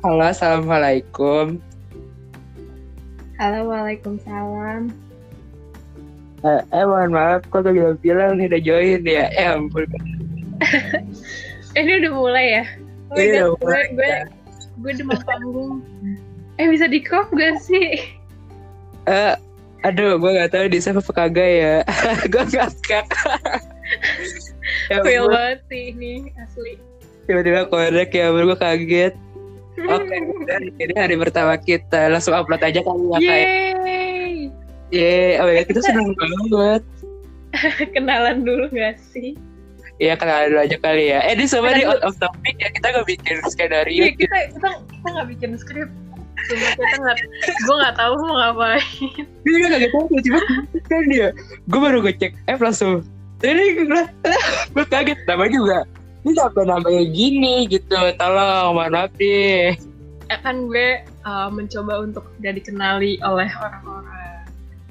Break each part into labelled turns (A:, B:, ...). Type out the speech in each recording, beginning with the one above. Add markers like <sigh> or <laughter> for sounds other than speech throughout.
A: Halo, assalamualaikum.
B: Halo, Waalaikumsalam.
A: Eh, eh mohon maaf, kok tadi udah bilang nih udah join ya? Eh ampun.
B: Eh, Ini udah mulai ya? Oh my
A: Ini
B: God,
A: udah mulai,
B: gue, gue, gue demam panggung. Eh, bisa di crop gak sih?
A: Eh, aduh, gue nggak tahu di save apa kagak ya. <laughs> gue <laughs> ngakak. ya,
B: Fail
A: ampun,
B: banget sih ini, asli.
A: tiba-tiba korek ya, ampun, gue kaget.
B: <laughs>
A: Oke, ya. dan ini hari pertama kita langsung upload aja kali ya kayak.
B: Yeay!
A: Yeay, oh my God, kita seneng banget.
B: Kenalan dulu gak sih?
A: Iya, kenalan dulu aja kali ya. Eh, ini semua
B: Kenalan
A: di
B: dulu.
A: out of topic ya, kita nggak bikin skenario.
B: Iya, kita, kita, kita gak bikin skrip. Cuma kita gak, gue gak tau mau ngapain.
A: Dia juga kaget tahu tiba-tiba kan dia. Gue baru ngecek F langsung. Ini gue <laughs> gue kaget nama juga. Ini apa namanya gini gitu. Tolong mohon maaf deh.
B: Eh, kan gue uh, mencoba untuk tidak dikenali oleh orang-orang.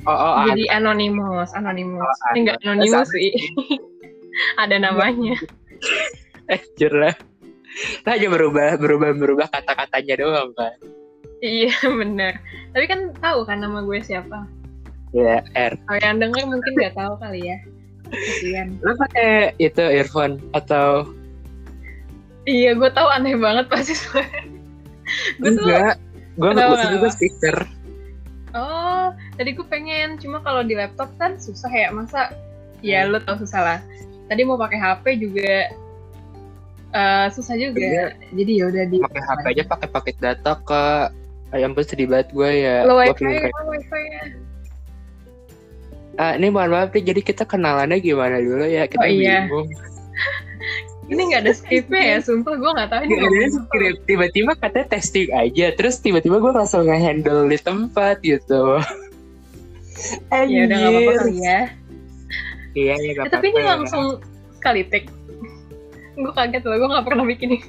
A: Oh, oh, <laughs>
B: Jadi anonymous, anonymous.
A: Oh,
B: Ini nggak
A: anonymous.
B: anonymous sih. <laughs> Ada namanya.
A: eh, jujur lah. Nah, aja berubah berubah berubah kata-katanya doang kan.
B: iya, bener. Tapi kan tahu kan nama gue siapa?
A: Iya, R.
B: Kalau yang denger mungkin nggak tahu kali ya. Kasian.
A: Lo pakai itu earphone atau
B: Iya, gue tahu aneh banget pasti suara. gue tuh,
A: enggak? Gue nggak
B: Kenapa,
A: butuh juga
B: kenapa?
A: speaker.
B: oh, tadi gue pengen. Cuma kalau di laptop kan susah ya. Masa, ya lo tau susah lah. Tadi mau pakai HP juga eh, susah juga. Jadi ya udah di.
A: Iya. Pakai HP aja pakai paket data ke. Ya ampun sedih banget gue ya.
B: Lo
A: Gua
B: wifi, ya.
A: pengen-
B: lo wifi-nya.
A: Ah, ini mohon maaf nih, jadi kita kenalannya gimana dulu ya?
B: Oh,
A: Kita
B: iya.
A: bingung.
B: Ini nggak ada skripnya ya, sumpah gue nggak tahu ini
A: Gak ada
B: ngomong apa.
A: script, tiba-tiba katanya testing aja, terus tiba-tiba gue langsung nge-handle di tempat
B: <laughs>
A: gitu.
B: Ya udah nggak apa-apa kali
A: Anjir.
B: ya.
A: Iya, iya
B: Eh,
A: gak
B: tapi ini
A: apa-apa ya.
B: langsung sekali take. Gue kaget loh, gue nggak pernah bikin ini.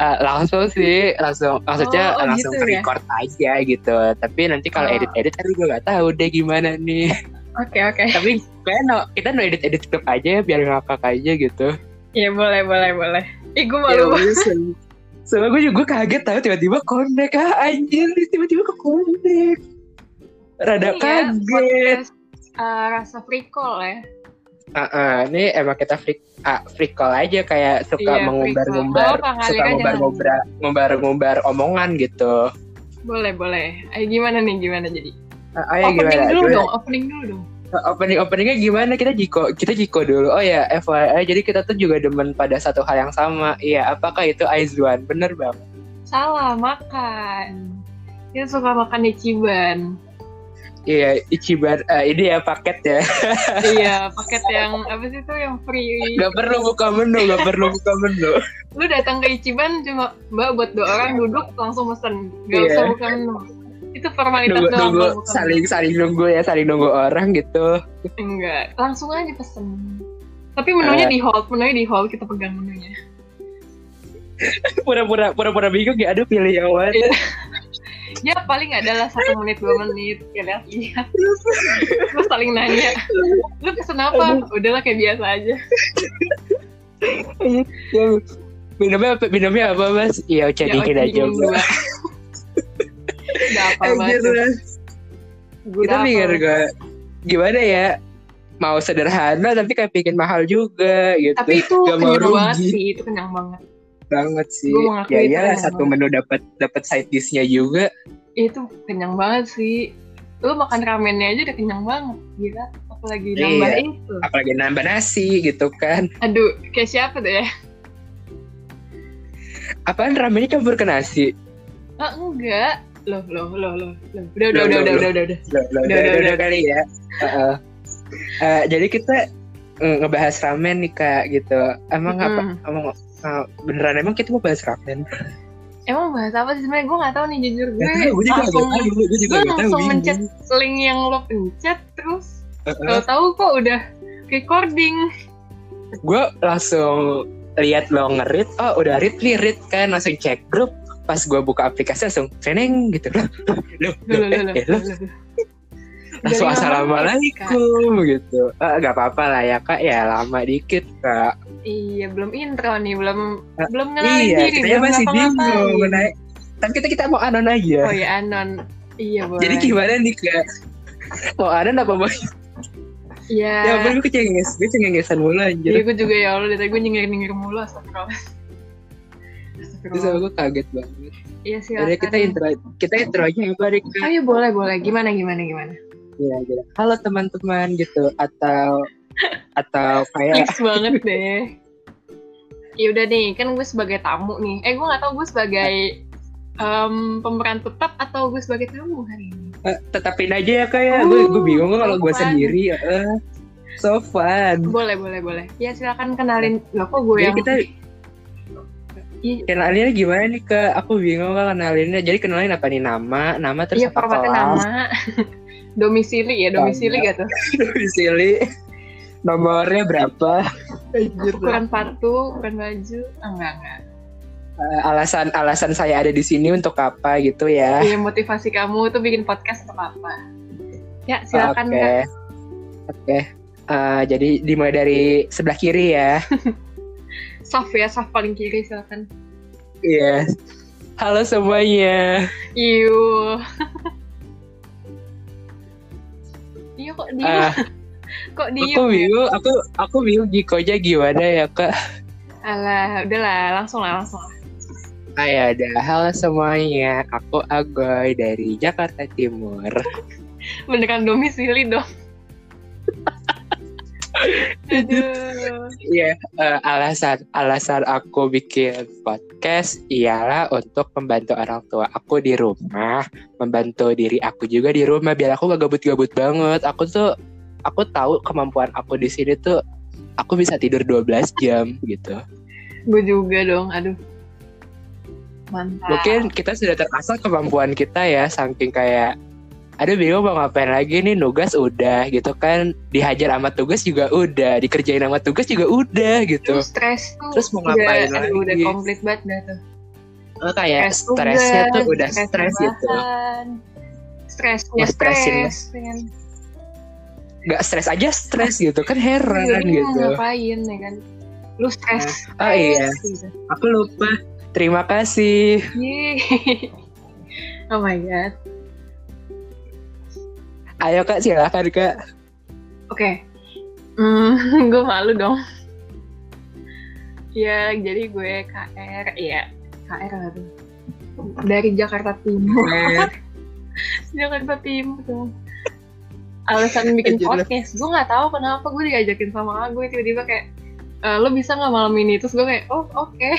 A: Ah, langsung sih, langsung maksudnya
B: Oh, oh,
A: langsung
B: gitu ya?
A: record aja gitu. Tapi nanti kalau
B: Oh.
A: edit-edit kan gue gak tahu deh gimana
B: <laughs>
A: nih.
B: Oke oke.
A: tapi kayak no, kita no edit-edit klip aja ya, biar ngakak aja gitu.
B: Iya boleh boleh boleh. Ih gue
A: Ya,
B: malu. banget.
A: wes. Soalnya gue juga kaget tau tiba-tiba connect ah anjir tiba-tiba ke connect.
B: Ini ya,
A: Rada kaget.
B: podcast, eh, rasa free call ya.
A: Ah, ah, ini emang kita free ah, free call aja kayak suka
B: Iya, free call. Oh,
A: mengumbar-ngumbar,
B: Kak
A: suka
B: Alika
A: ngumbar-ngumbar, ngumbar-ngumbar omongan gitu.
B: Boleh boleh. Ayo gimana nih gimana jadi?
A: Ah, ayo
B: opening
A: gimana?
B: dulu
A: Gimana?
B: dong, opening dulu dong.
A: Eh, opening openingnya gimana kita jiko kita jiko dulu oh ya FYI jadi kita tuh juga demen pada satu hal yang sama iya apakah itu Aizwan bener banget
B: Salah makan. Kita suka makan Ichiban.
A: <laughs> iya Ichiban eh, ini ya paket ya
B: <laughs> iya, paket yang apa sih tuh yang free.
A: Gak perlu buka menu, gak perlu buka menu.
B: lu datang ke Ichiban cuma mbak buat dua orang duduk langsung mesen gak
A: Iya.
B: usah buka menu <laughs> itu formalitas
A: Nunggu,
B: doang
A: nunggu
B: kalau buka
A: saling saling nunggu ya, saling nunggu orang gitu.
B: menu. enggak langsung aja pesen tapi menunya
A: Eh.
B: di hold menunya di hold kita pegang menunya
A: Pura-pura pura-pura bingung ya, aduh pilih yang mana.
B: ya paling adalah satu menit dua menit ya lihat terus saling nanya lu pesen apa udahlah kayak biasa aja
A: Ya, minumnya apa, minumnya apa mas? Iya,
B: Ya,
A: jadi
B: oke,
A: kita
B: dingin
A: coba.
B: dua. udah apa banget Udah
A: Eh, Kita
B: apa
A: mikir
B: banget.
A: gak, gimana ya? Mau sederhana tapi kayak bikin mahal juga gitu.
B: tapi itu
A: Gak mau
B: kenyang banget
A: rugi.
B: sih itu kenyang banget
A: banget sih.
B: Gua mengakui
A: Ya
B: itu
A: iyalah
B: kenyang
A: satu menu dapat dapat side dish-nya juga.
B: Iya, itu kenyang banget sih lu makan ramennya aja udah kenyang banget gila apalagi
A: Iya.
B: nambah itu
A: Apalagi nambah nasi gitu kan.
B: aduh kayak siapa ya? deh
A: Apaan ramennya campur ke nasi?
B: ah enggak loh loh loh loh loh udah udah
A: Loh,
B: udah
A: loh,
B: udah
A: loh.
B: udah udah udah
A: Udah, udah,
B: Udah,
A: udah,
B: udah,
A: udah
B: udah.
A: kali ya. Heeh. Eh, jadi kita mm, ngebahas ramen nih kak gitu. Emang apa?
B: Mm.
A: Emang eh, beneran emang kita mau bahas ramen?
B: emang bahas apa sih sebenarnya gue nggak tahu nih jujur gue
A: Gak tahu, gue
B: langsung
A: juga nggak tahu. Gue juga
B: gue
A: nggak tahu.
B: langsung
A: bingung.
B: mencet link yang lo pencet terus
A: Heeh.
B: tau tahu kok udah recording
A: Gue langsung lihat lo ngerit. Oh udah read nih read kan. Langsung cek grup. Pas gue buka aplikasi langsung training gitu loh. Loh,
B: loh loh
A: loh, eh,
B: loh
A: eh, loh.
B: loh, loh.
A: langsung
B: Dari
A: assalamualaikum gitu Eh, nggak apa-apa lah ya kak ya lama dikit kak
B: Iya, belum intro nih, belum
A: Ah,
B: belum kenalin diri,
A: kita
B: belum
A: masih bingung
B: ngapa-ngapain.
A: mengenai tapi kita kita mau anon aja
B: Oh ya Anon. Iya, boleh.
A: Iya. jadi gimana nih kak mau anon apa mau
B: Nah. Iya.
A: ya ampun gue cengenges gue cengengesan mulu
B: Jadi
A: anjir
B: gue juga ya Allah, dari tadi gue nyengir-nyengir mulu, astagfirullah.
A: terus
B: Astagfirullah.
A: sama gue kaget banget
B: Iya, silakan.
A: jadi kita intro kita intro aja apa nih kak
B: Ayo boleh, boleh. Gimana, gimana, gimana?
A: ya, gitu. halo teman-teman gitu atau atau
B: <laughs>
A: kayak
B: Flex banget deh. Ya udah nih, kan gue sebagai tamu nih. Eh, gue gak tahu gue sebagai em, pemeran tetap atau gue sebagai tamu hari ini.
A: eh, tetapin aja ya kak ya gue gue
B: Oh,
A: bingung kalau gue
B: so fun.
A: sendiri eh, so fun
B: Boleh, boleh, boleh. Ya silakan kenalin. Loh, kok gue
A: jadi
B: yang...
A: kita
B: Iya,
A: kenalinnya gimana nih kak aku bingung kak kenalinnya jadi kenalin apa nih nama nama terus
B: Iya
A: apa
B: formatnya
A: <laughs> kelas?
B: nama. <laughs> domisili ya, domisili gak tuh?
A: Domisili. nomornya berapa Anjir,
B: Ukuran sepatu, ukuran baju. Ah, enggak, enggak.
A: eh, alasan alasan saya ada di sini untuk apa gitu ya
B: Iya, motivasi kamu tuh bikin podcast atau apa? Ya,
A: oke
B: silakan Kak.
A: oke Eh, jadi dimulai dari sebelah kiri ya
B: Soft ya, soft paling kiri silakan.
A: Iya. Halo semuanya.
B: Iu. <laughs> Iya kok diem?
A: Ah,
B: <laughs> kok diem?
A: aku
B: ya?
A: bingung, aku aku bingung Gikonya gimana ya kak?
B: Alah, udahlah, langsung lah, langsung lah.
A: Ah, ya ada. Halo semuanya. Aku Agoy dari Jakarta Timur.
B: Beneran domisili
A: <laughs>
B: dong. Aduh.
A: Iya. eh, alasan alasan aku bikin podcast ialah untuk membantu orang tua aku di rumah, membantu diri aku juga di rumah biar aku gak gabut-gabut banget. Aku tuh aku tahu kemampuan aku di sini tuh aku bisa tidur 12 jam gitu.
B: Gue juga dong, aduh. Mantap.
A: mungkin kita sudah terasa kemampuan kita ya saking kayak aduh bingung mau ngapain lagi nih nugas udah gitu kan dihajar sama tugas juga udah dikerjain sama tugas juga udah gitu
B: Terus stres tuh
A: Terus mau
B: udah-
A: ngapain
B: aduh,
A: lagi?
B: udah komplit banget dah tuh.
A: Eh, kayak
B: tugas,
A: stresnya tuh udah stres gitu
B: rebahan, Stresnya
A: Nge-stresin
B: stres. kan.
A: nggak stres aja stres gitu kan
B: Iya,
A: heran
B: ini mau
A: gitu
B: Ngapain ya kan? Lu stres.
A: Ah, iya.
B: stres, gitu.
A: aku lupa terima kasih
B: Yeay. <laughs> Oh my god.
A: ayo kak silakan kak
B: Oke. Hmm, <laughs> gue malu dong. Ya, jadi gue KR, ya KR lah tuh. Dari Jakarta Timur.
A: Nah,
B: Jakarta Timur dong. Alasan bikin
A: Anjir, lu.
B: podcast, gue nggak tahu kenapa gue diajakin sama Agoy tiba-tiba kayak "Eh, lo bisa nggak malam ini? Terus gue kayak oh oke.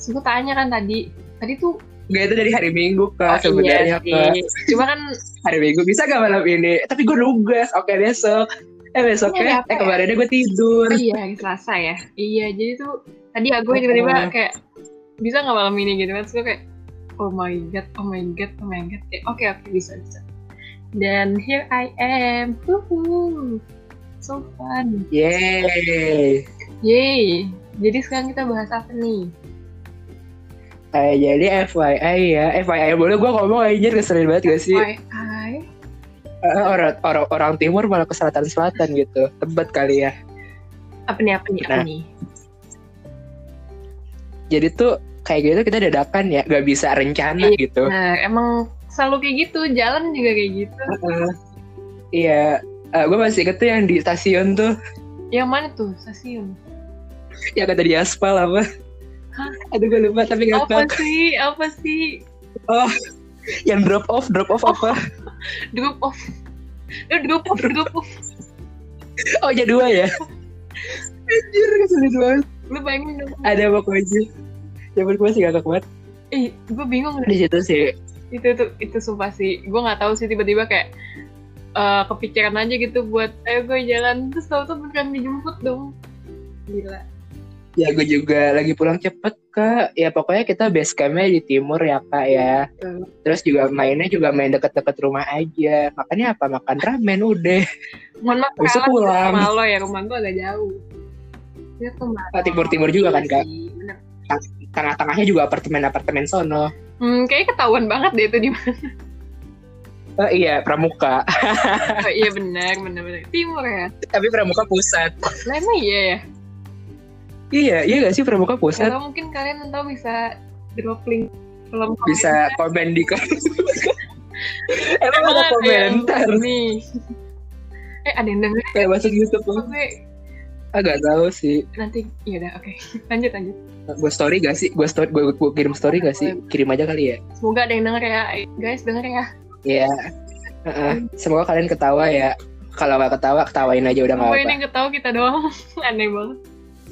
B: Terus gue tanya kan tadi, tadi tuh
A: Gak itu dari hari Minggu kak
B: oh,
A: Ah, sebenarnya
B: sih.
A: kak
B: Cuma kan
A: hari Minggu bisa gak malam ini tapi gue nugas oke besok eh
B: Ini
A: besoknya
B: ada apa
A: eh
B: ya?
A: kemarinnya gue tidur
B: oh, iya hari Selasa ya. Iya jadi tuh tadi Agoy
A: Heeh.
B: tiba-tiba kayak bisa nggak malam ini gitu kan? Terus gue kayak oh my god, oh my god, oh my god. Kayak, Oke oke bisa bisa. Dan here I am, Woohoo. so fun.
A: Yeay.
B: Yeay, jadi sekarang kita bahas apa nih?
A: Eh, jadi FYI ya, FYI boleh gue ngomong anjir keselin banget gak sih
B: FYI,
A: Eh, orang, orang orang timur malah ke selatan selatan gitu, tempat kali ya.
B: apa nih, apa nih, apa
A: Nah.
B: nih?
A: Jadi tuh kayak gitu kita dadakan ya, gak bisa rencana
B: Iya.
A: gitu.
B: Nah, emang selalu kayak gitu, jalan juga kayak gitu.
A: Eh, Iya, gue masih inget tuh yang di stasiun tuh,
B: Yang mana tuh, stasiun?
A: yang kata di aspal apa?
B: Hah?
A: Aduh gue lupa tapi gak
B: Apa
A: apa.
B: sih, apa sih?
A: Yang drop off, drop off apa?
B: Drop off. Eh, drop off, drop off.
A: Oh jadi dua ya. anjir keselin banget.
B: Lu bayangin dong.
A: Ada pokoknya. Zaman gue masih gak banget.
B: Eh, gue bingung deh.
A: Di situ sih
B: Itu, itu, itu sumpah sih. Gue gak tahu sih, tiba-tiba kayak eh, kepikiran aja gitu buat, ayo gue jalan. Terus tau tuh beneran dijemput dong. Gila.
A: Ya gue juga lagi pulang cepet kak Ya pokoknya kita base campnya di timur ya kak ya
B: Tuh.
A: Terus juga mainnya juga main deket-deket rumah aja Makannya apa? Makan ramen udah
B: Mohon maaf,
A: Habis itu
B: kalah tuh
A: pulang.
B: rumah lo ya, rumah gue agak jauh. Ya, rumah
A: Ah, timur-timur juga kan, Kak?
B: Iya sih, bener.
A: Tengah-tengahnya juga apartemen-apartemen sono <laughs>
B: Hmm, kayaknya ketahuan banget deh itu di mana.
A: Oh, iya, Pramuka. <laughs>
B: Oh, iya benar, benar, benar. Timur ya.
A: Tapi Pramuka pusat.
B: Lah emang iya ya.
A: Iya, iya gak sih Pramuka pusat?
B: Kalau mungkin kalian nanti bisa drop link film
A: Bisa komen di Emang mau komentar
B: nih. Eh ada yang denger
A: kayak masuk YouTube
B: apa
A: loh.
B: gue
A: Agak tahu sih.
B: nanti ya udah oke lanjut lanjut
A: Gue story gak sih? Gue story gue, gue kirim story gak sih? Kirim aja kali ya.
B: semoga ada yang denger ya guys denger ya
A: Iya. Heeh. Semoga kalian ketawa ya. Kalau nggak ketawa, ketawain aja udah nggak
B: gue
A: apa.
B: ini ketawa kita doang <laughs> aneh banget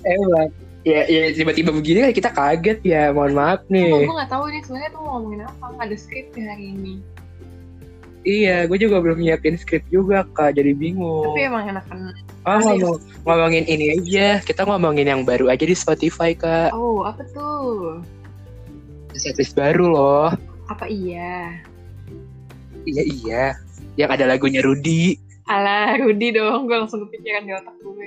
A: Emang. Ya, ya tiba-tiba begini kan kita kaget ya. Mohon maaf
B: Sumpah,
A: nih.
B: gue gak tahu nih sebenarnya tuh mau ngomongin apa ada skrip di hari ini
A: Iya, gue juga belum nyiapin skrip juga kak. Jadi bingung.
B: tapi emang enakan
A: Ah, ngomong- ngomongin ini aja. Kita ngomongin yang baru aja di Spotify, Kak.
B: oh apa tuh
A: Setlist baru loh.
B: apa iya
A: Iya, iya. Yang ada lagunya Rudy.
B: ala Rudi dong gue langsung kepikiran di otak gue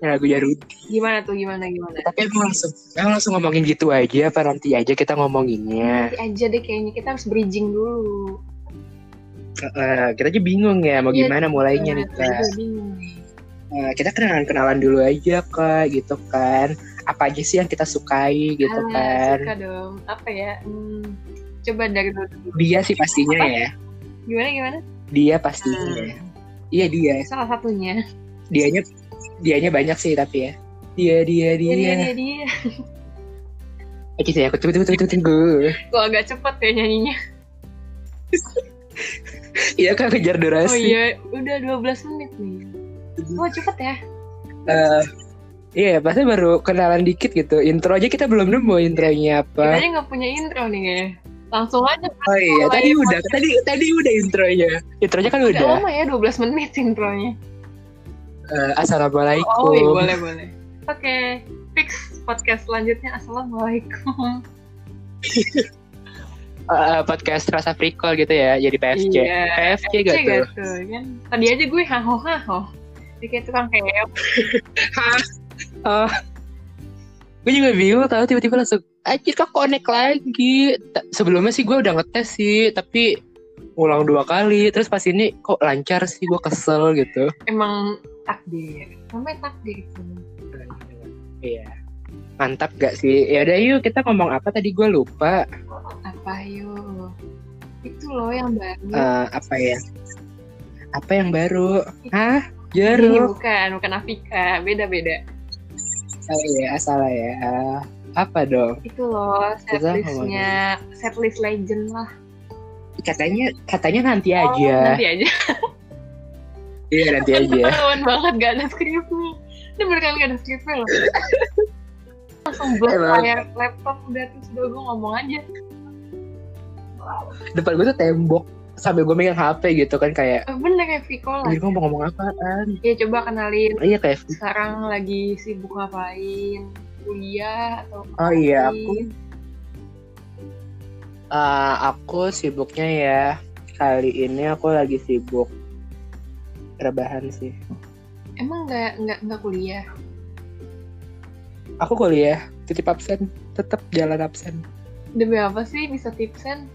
A: Yang lagunya Rudy.
B: gimana tuh gimana gimana
A: Tapi emang langsung, emang langsung ngomongin gitu aja. Apa nanti aja kita ngomonginnya.
B: nanti aja deh kayaknya kita harus bridging dulu
A: Eh, kita aja bingung ya mau
B: Iya,
A: gimana mulainya nih,
B: Nah,
A: Kak.
B: gue bingung nih.
A: Eh, kita kenalan-kenalan dulu aja, Kak. Gitu kan. Apa aja sih yang kita sukai gitu
B: Alah,
A: kan.
B: suka dong apa ya hmm, coba dari dulu dulu.
A: Dia sih pastinya ya.
B: gimana gimana
A: Dia pastinya.
B: Hmm.
A: Iya, dia.
B: salah satunya
A: Dianya, dianya banyak sih tapi ya. Dia, dia, dia.
B: dia Iya, dia dia, dia.
A: Eh gitu ya, aku tunggu, tunggu, tunggu, tunggu.
B: kok agak cepet ya nyanyinya
A: Iya Iya. kan kejar
B: oh
A: durasi.
B: iya udah 12 menit nih wah cepet ya
A: Eh, iya, pasti baru kenalan dikit gitu. Intro aja kita belum nemu intronya
B: kita
A: apa.
B: aja nggak punya intro nih kayaknya langsung aja
A: Oh iya, tadi udah, tadi tadi udah intronya. Intronya kan
B: udah
A: udah.
B: lama ya 12 menit intronya
A: Eh,
B: oh iya
A: Assalamualaikum.
B: boleh boleh oke fix podcast selanjutnya assalamualaikum
A: Eh, podcast rasa Prikol gitu ya, jadi PFC.
B: Iya,
A: PFC gak
B: Cek
A: tuh?
B: gak tuh kan tadi aja gue haho haho jadi kayak tukang kayak
A: Hah? Oh. Gue juga bingung tahu tiba-tiba langsung anjir kok connect lagi. Ta- Sebelumnya sih gue udah ngetes sih, tapi ulang dua kali. Terus pas ini kok lancar sih gue kesel gitu.
B: emang takdir namanya takdir itu
A: Iya. Mantap gak sih? Ya udah yuk kita ngomong apa tadi gue lupa.
B: apa yuk itu loh yang baru
A: Eh, apa ya? Apa yang baru? Hah?
B: Ih,
A: Jeruk.
B: bukan bukan Afika beda beda
A: Oh iya, salah ya. Eh, apa dong?
B: itu loh
A: Kita
B: setlistnya setlist legend lah
A: Katanya katanya nanti
B: Oh,
A: aja.
B: nanti aja
A: Iya,
B: <laughs>
A: nanti aja.
B: ketahuan banget gak ada skripnya ini beneran gak ada skripnya loh langsung blok
A: Emang.
B: layar laptop udah terus udah gue ngomong aja
A: Depan gue tuh tembok sambil gue megang HP gitu kan kayak
B: Eh, bener kayak Viko lah
A: Anjir gue mau ngomong apaan
B: ya coba kenalin
A: Iya kayak
B: sekarang lagi sibuk ngapain kuliah atau
A: Oh iya aku
B: ngapain?
A: eh, Aku sibuknya ya Kali ini aku lagi sibuk Rebahan sih
B: emang nggak nggak nggak kuliah
A: Aku kuliah Titip absen Tetap jalan absen
B: demi apa sih bisa tipsen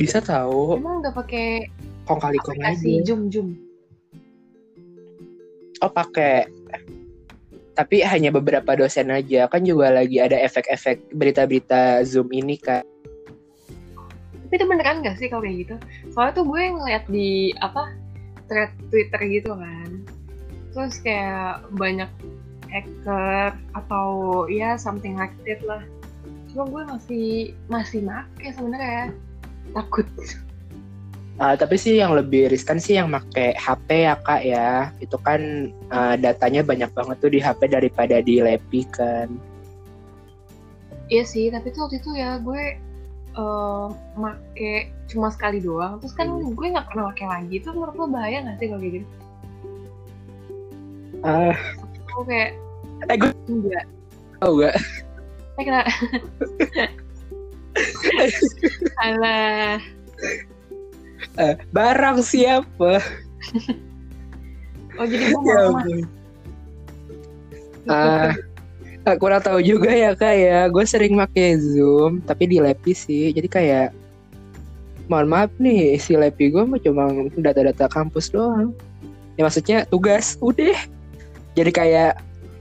A: Bisa tahu
B: emang nggak pakai
A: kong kali kong
B: aplikasi
A: aja.
B: zoom zoom
A: Oh pakai. Tapi hanya beberapa dosen aja. Kan juga lagi ada efek-efek berita-berita Zoom ini kan.
B: tapi itu beneran gak sih kalau kayak gitu soalnya tuh gue ngeliat di apa thread twitter gitu kan terus kayak banyak hacker atau ya something like that lah cuma gue masih masih make sebenarnya takut
A: Ah, tapi sih yang lebih riskan sih yang make HP ya kak ya. Itu kan ah, datanya banyak banget tuh di HP daripada di lepi kan.
B: iya sih tapi tuh waktu itu ya gue eh make cuma sekali doang terus kan
A: Hmm.
B: gue nggak pernah pakai lagi itu menurut lo bahaya gak sih kalau kayak gitu
A: Ah,
B: gue kayak
A: Eh, gue-
B: enggak
A: tau gak?
B: saya kena <laughs> alah
A: <laughs> Eh, barang siapa?
B: Oh jadi gue
A: Ya
B: mau rumah.
A: ampun. Ah, ah, E kurang tahu juga ya kak ya. Gue sering make Zoom, tapi di lepi sih. Jadi kayak mohon maaf nih si lepi gue mah cuma data-data kampus doang ya maksudnya tugas udah jadi kayak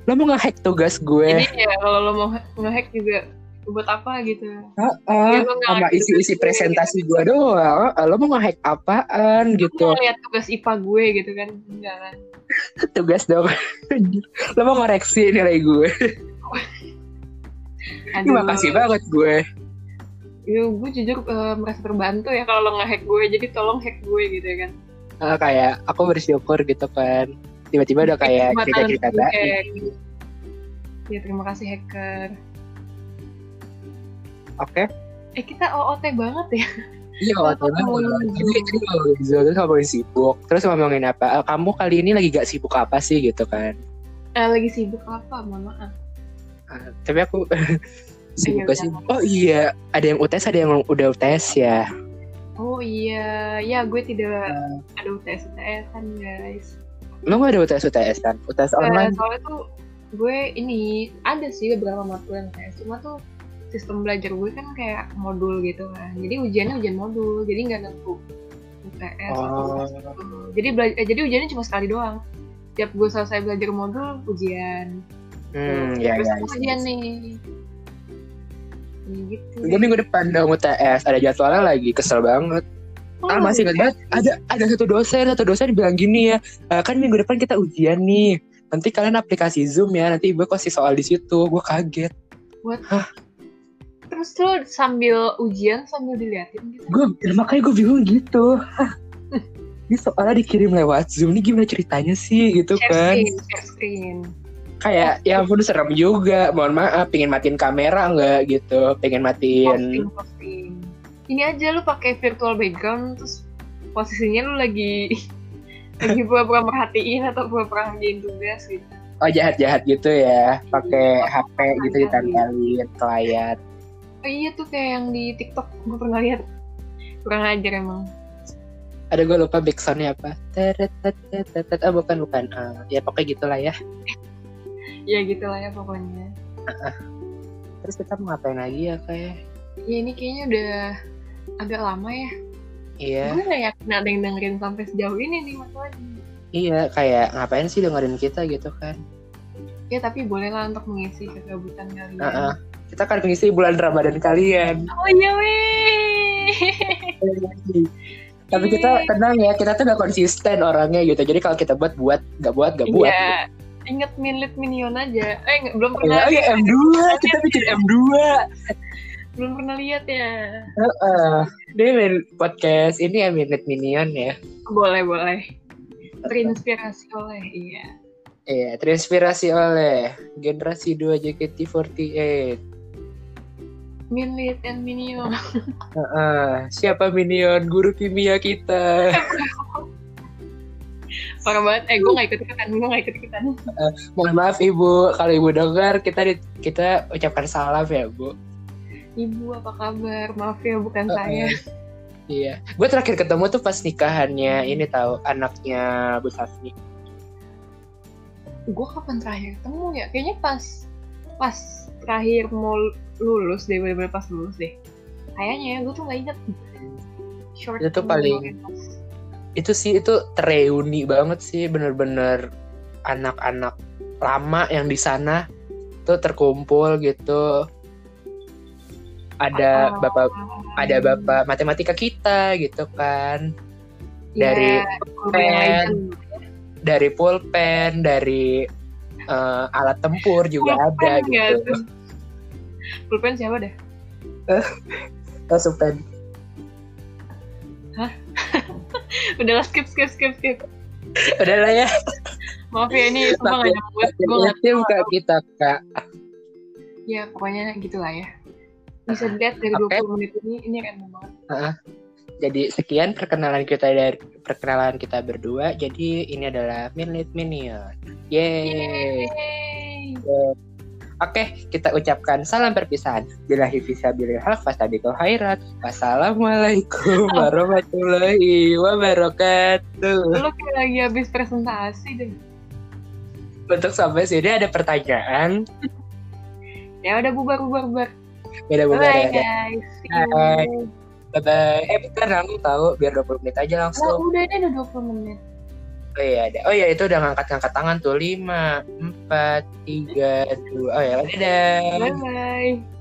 A: lo mau ngehack tugas gue
B: Ini ya kalau lo mau ngehack juga buat apa gitu.
A: Heeh,
B: lo nggak
A: Ah, sama
B: ngerti tugas
A: isi-isi
B: gue,
A: presentasi gue doang Eh, lo mau ngehack apaan
B: gitu. Lo
A: gitu
B: mau lihat tugas IPA gue gitu kan. Enggak kan.
A: tugas dong <laughs> lo mau ngoreksi nilai gue
B: Aduh.
A: terima kasih banget gue
B: Ya, gue jujur eh, merasa terbantu ya kalau lo nge-hack gue. Jadi tolong hack gue gitu ya kan.
A: Eh, kayak aku bersyukur gitu kan tiba-tiba udah kayak
B: Kesempatan
A: Ya, cerita-cerita
B: untuk
A: baik
B: hack. Ya terima kasih hacker.
A: oke
B: Eh kita OOT banget ya. <laughs>
A: Iya, waktu itu
B: Oh.
A: jadi jadi kalau gitu, terus ngomongin sibuk, terus ngomongin apa? Eh, kamu kali ini lagi gak sibuk apa sih gitu kan?
B: Eh, lagi sibuk apa? Mohon maaf.
A: Eh, tapi aku <laughs> sibuk
B: Iya,
A: gak sibuk. Oh iya, ada yang UTS, ada yang udah UTS ya.
B: Oh iya, ya gue tidak
A: Eh.
B: ada UTS UTS-an guys.
A: Lo gak ada UTS UTS kan? UTS
B: Eh,
A: online.
B: soalnya tuh gue ini ada sih beberapa matkul yang kayak cuma tuh sistem belajar gue kan kayak modul gitu kan jadi ujiannya ujian modul jadi nggak nentu UTS atau
A: Oh.
B: UAS gitu. jadi bela- eh, jadi ujiannya cuma sekali doang tiap gue selesai belajar modul ujian
A: Hmm, ya
B: terus
A: ya.
B: aku ujian nih Ini gitu
A: Gue minggu depan dong UTS, ada jadwalnya lagi, kesel banget.
B: Oh,
A: Ah masih ingat banget, ada ada satu dosen, satu dosen bilang gini ya, "Eh, kan minggu depan kita ujian nih, nanti kalian aplikasi Zoom ya, nanti gue kasih soal di situ, gue kaget.
B: terus tuh sambil ujian sambil diliatin gitu
A: gue ya, makanya gue bingung gitu Hah, ini soalnya dikirim lewat zoom ini gimana ceritanya sih gitu
B: share
A: kan
B: screen share screen
A: kayak ya ampun serem juga mohon maaf pengen matiin kamera nggak gitu pengen matiin
B: posting posting ini aja lu pakai virtual background terus posisinya lu lagi <laughs> lagi pura-pura merhatiin atau pura-pura ngerjain tugas gitu
A: oh jahat jahat gitu ya pakai hp gitu ditempelin ke layar
B: oh iya tuh kayak yang di tiktok gue pernah lihat kurang ajar emang
A: ada gue lupa backsoundnya apa Teret, tet, tet, tet, tet. oh bukan bukan Ah, ya pokoknya gitulah ya
B: ya gitulah ya pokoknya
A: terus kita mau ngapain lagi ya kayak
B: ya ini kayaknya udah agak lama ya
A: iya
B: gue gak yakin ada yang dengerin sampai sejauh ini nih masalahnya
A: iya kayak ngapain sih dengerin kita gitu kan
B: ya tapi bolehlah untuk mengisi kegabutan kalian
A: Ah, ah. kita kan mengisi bulan ramadan kalian
B: oh iya weh
A: Tapi kita tenang ya, kita tuh gak konsisten orangnya gitu. Jadi kalau kita buat buat, gak buat gak buat.
B: Iya. Ingat minlit minion aja. Eh nggak- belum
A: Iya,
B: pernah
A: oh iya, M2, kita bikin M2.
B: belum pernah lihat ya.
A: Heeh. Dia main podcast, ini ya Minute Minion ya.
B: Boleh boleh. Terinspirasi oleh iya.
A: Iya, terinspirasi oleh generasi 2 JKT48.
B: Minlit and minion.
A: Heeh. Siapa Minion? Guru kimia kita. <laughs>
B: Parah banget. Eh gue nggak ikut ikutan. Gue nggak ikut ikutan.
A: Mohon maaf Ibu, kalau Ibu dengar kita di- kita ucapkan salam ya, Bu.
B: Ibu apa kabar? Maaf ya bukan
A: Heeh.
B: saya.
A: Iya. Gue terakhir ketemu tuh pas nikahannya ini tahu anaknya Bu Sasmi.
B: Gue kapan terakhir ketemu ya? Kayaknya pas pas terakhir mau lulus deh. Bener-bener pas lulus deh. Kayaknya ya. Gue tuh nggak inget. Short Iya.
A: Itu tuh
B: term
A: paling-
B: memory.
A: itu sih itu tereuni banget sih bener-bener anak-anak lama yang di sana tuh terkumpul
B: Oh.
A: gitu ada bapak ada bapak matematika kita gitu kan dari
B: Iya, guru yang
A: pen,
B: lain.
A: dari pulpen dari eh, alat tempur juga ada
B: Pulpen kan? nggak
A: gitu
B: tuh? Pulpen siapa deh?
A: Langsung pen.
B: Udahlah skip skip skip skip.
A: udah lah ya
B: Maaf ya ini sumpah nggak ada buat gue nggak
A: tim kak kita kak
B: Ya pokoknya gitulah ya. Bisa dilihat dari
A: Oke.
B: 20 menit ini ini random banget.
A: jadi sekian perkenalan kita dari perkenalan kita berdua jadi ini adalah minute minion yeay
B: Yeay.
A: Oke, kita ucapkan salam perpisahan. Bilahi fisabilil haq fastabiqul khairat. Wassalamualaikum warahmatullahi wabarakatuh.
B: Lu kayak lagi habis presentasi deh.
A: Untuk sampai sini ada pertanyaan.
B: Ya udah bubar bubar bubar.
A: Beda-beda.
B: Bye
A: ada.
B: guys. See you.
A: ya. Bye. Bye bye. Eh bentar nanggung tahu biar 20 menit aja
B: Oh,
A: langsung.
B: udah ini udah 20 menit.
A: Oh iya, ada. Oh iya itu udah ngangkat-ngangkat iya, tangan tuh. 5 4 3 2. Oh ya, dadah.
B: Bye.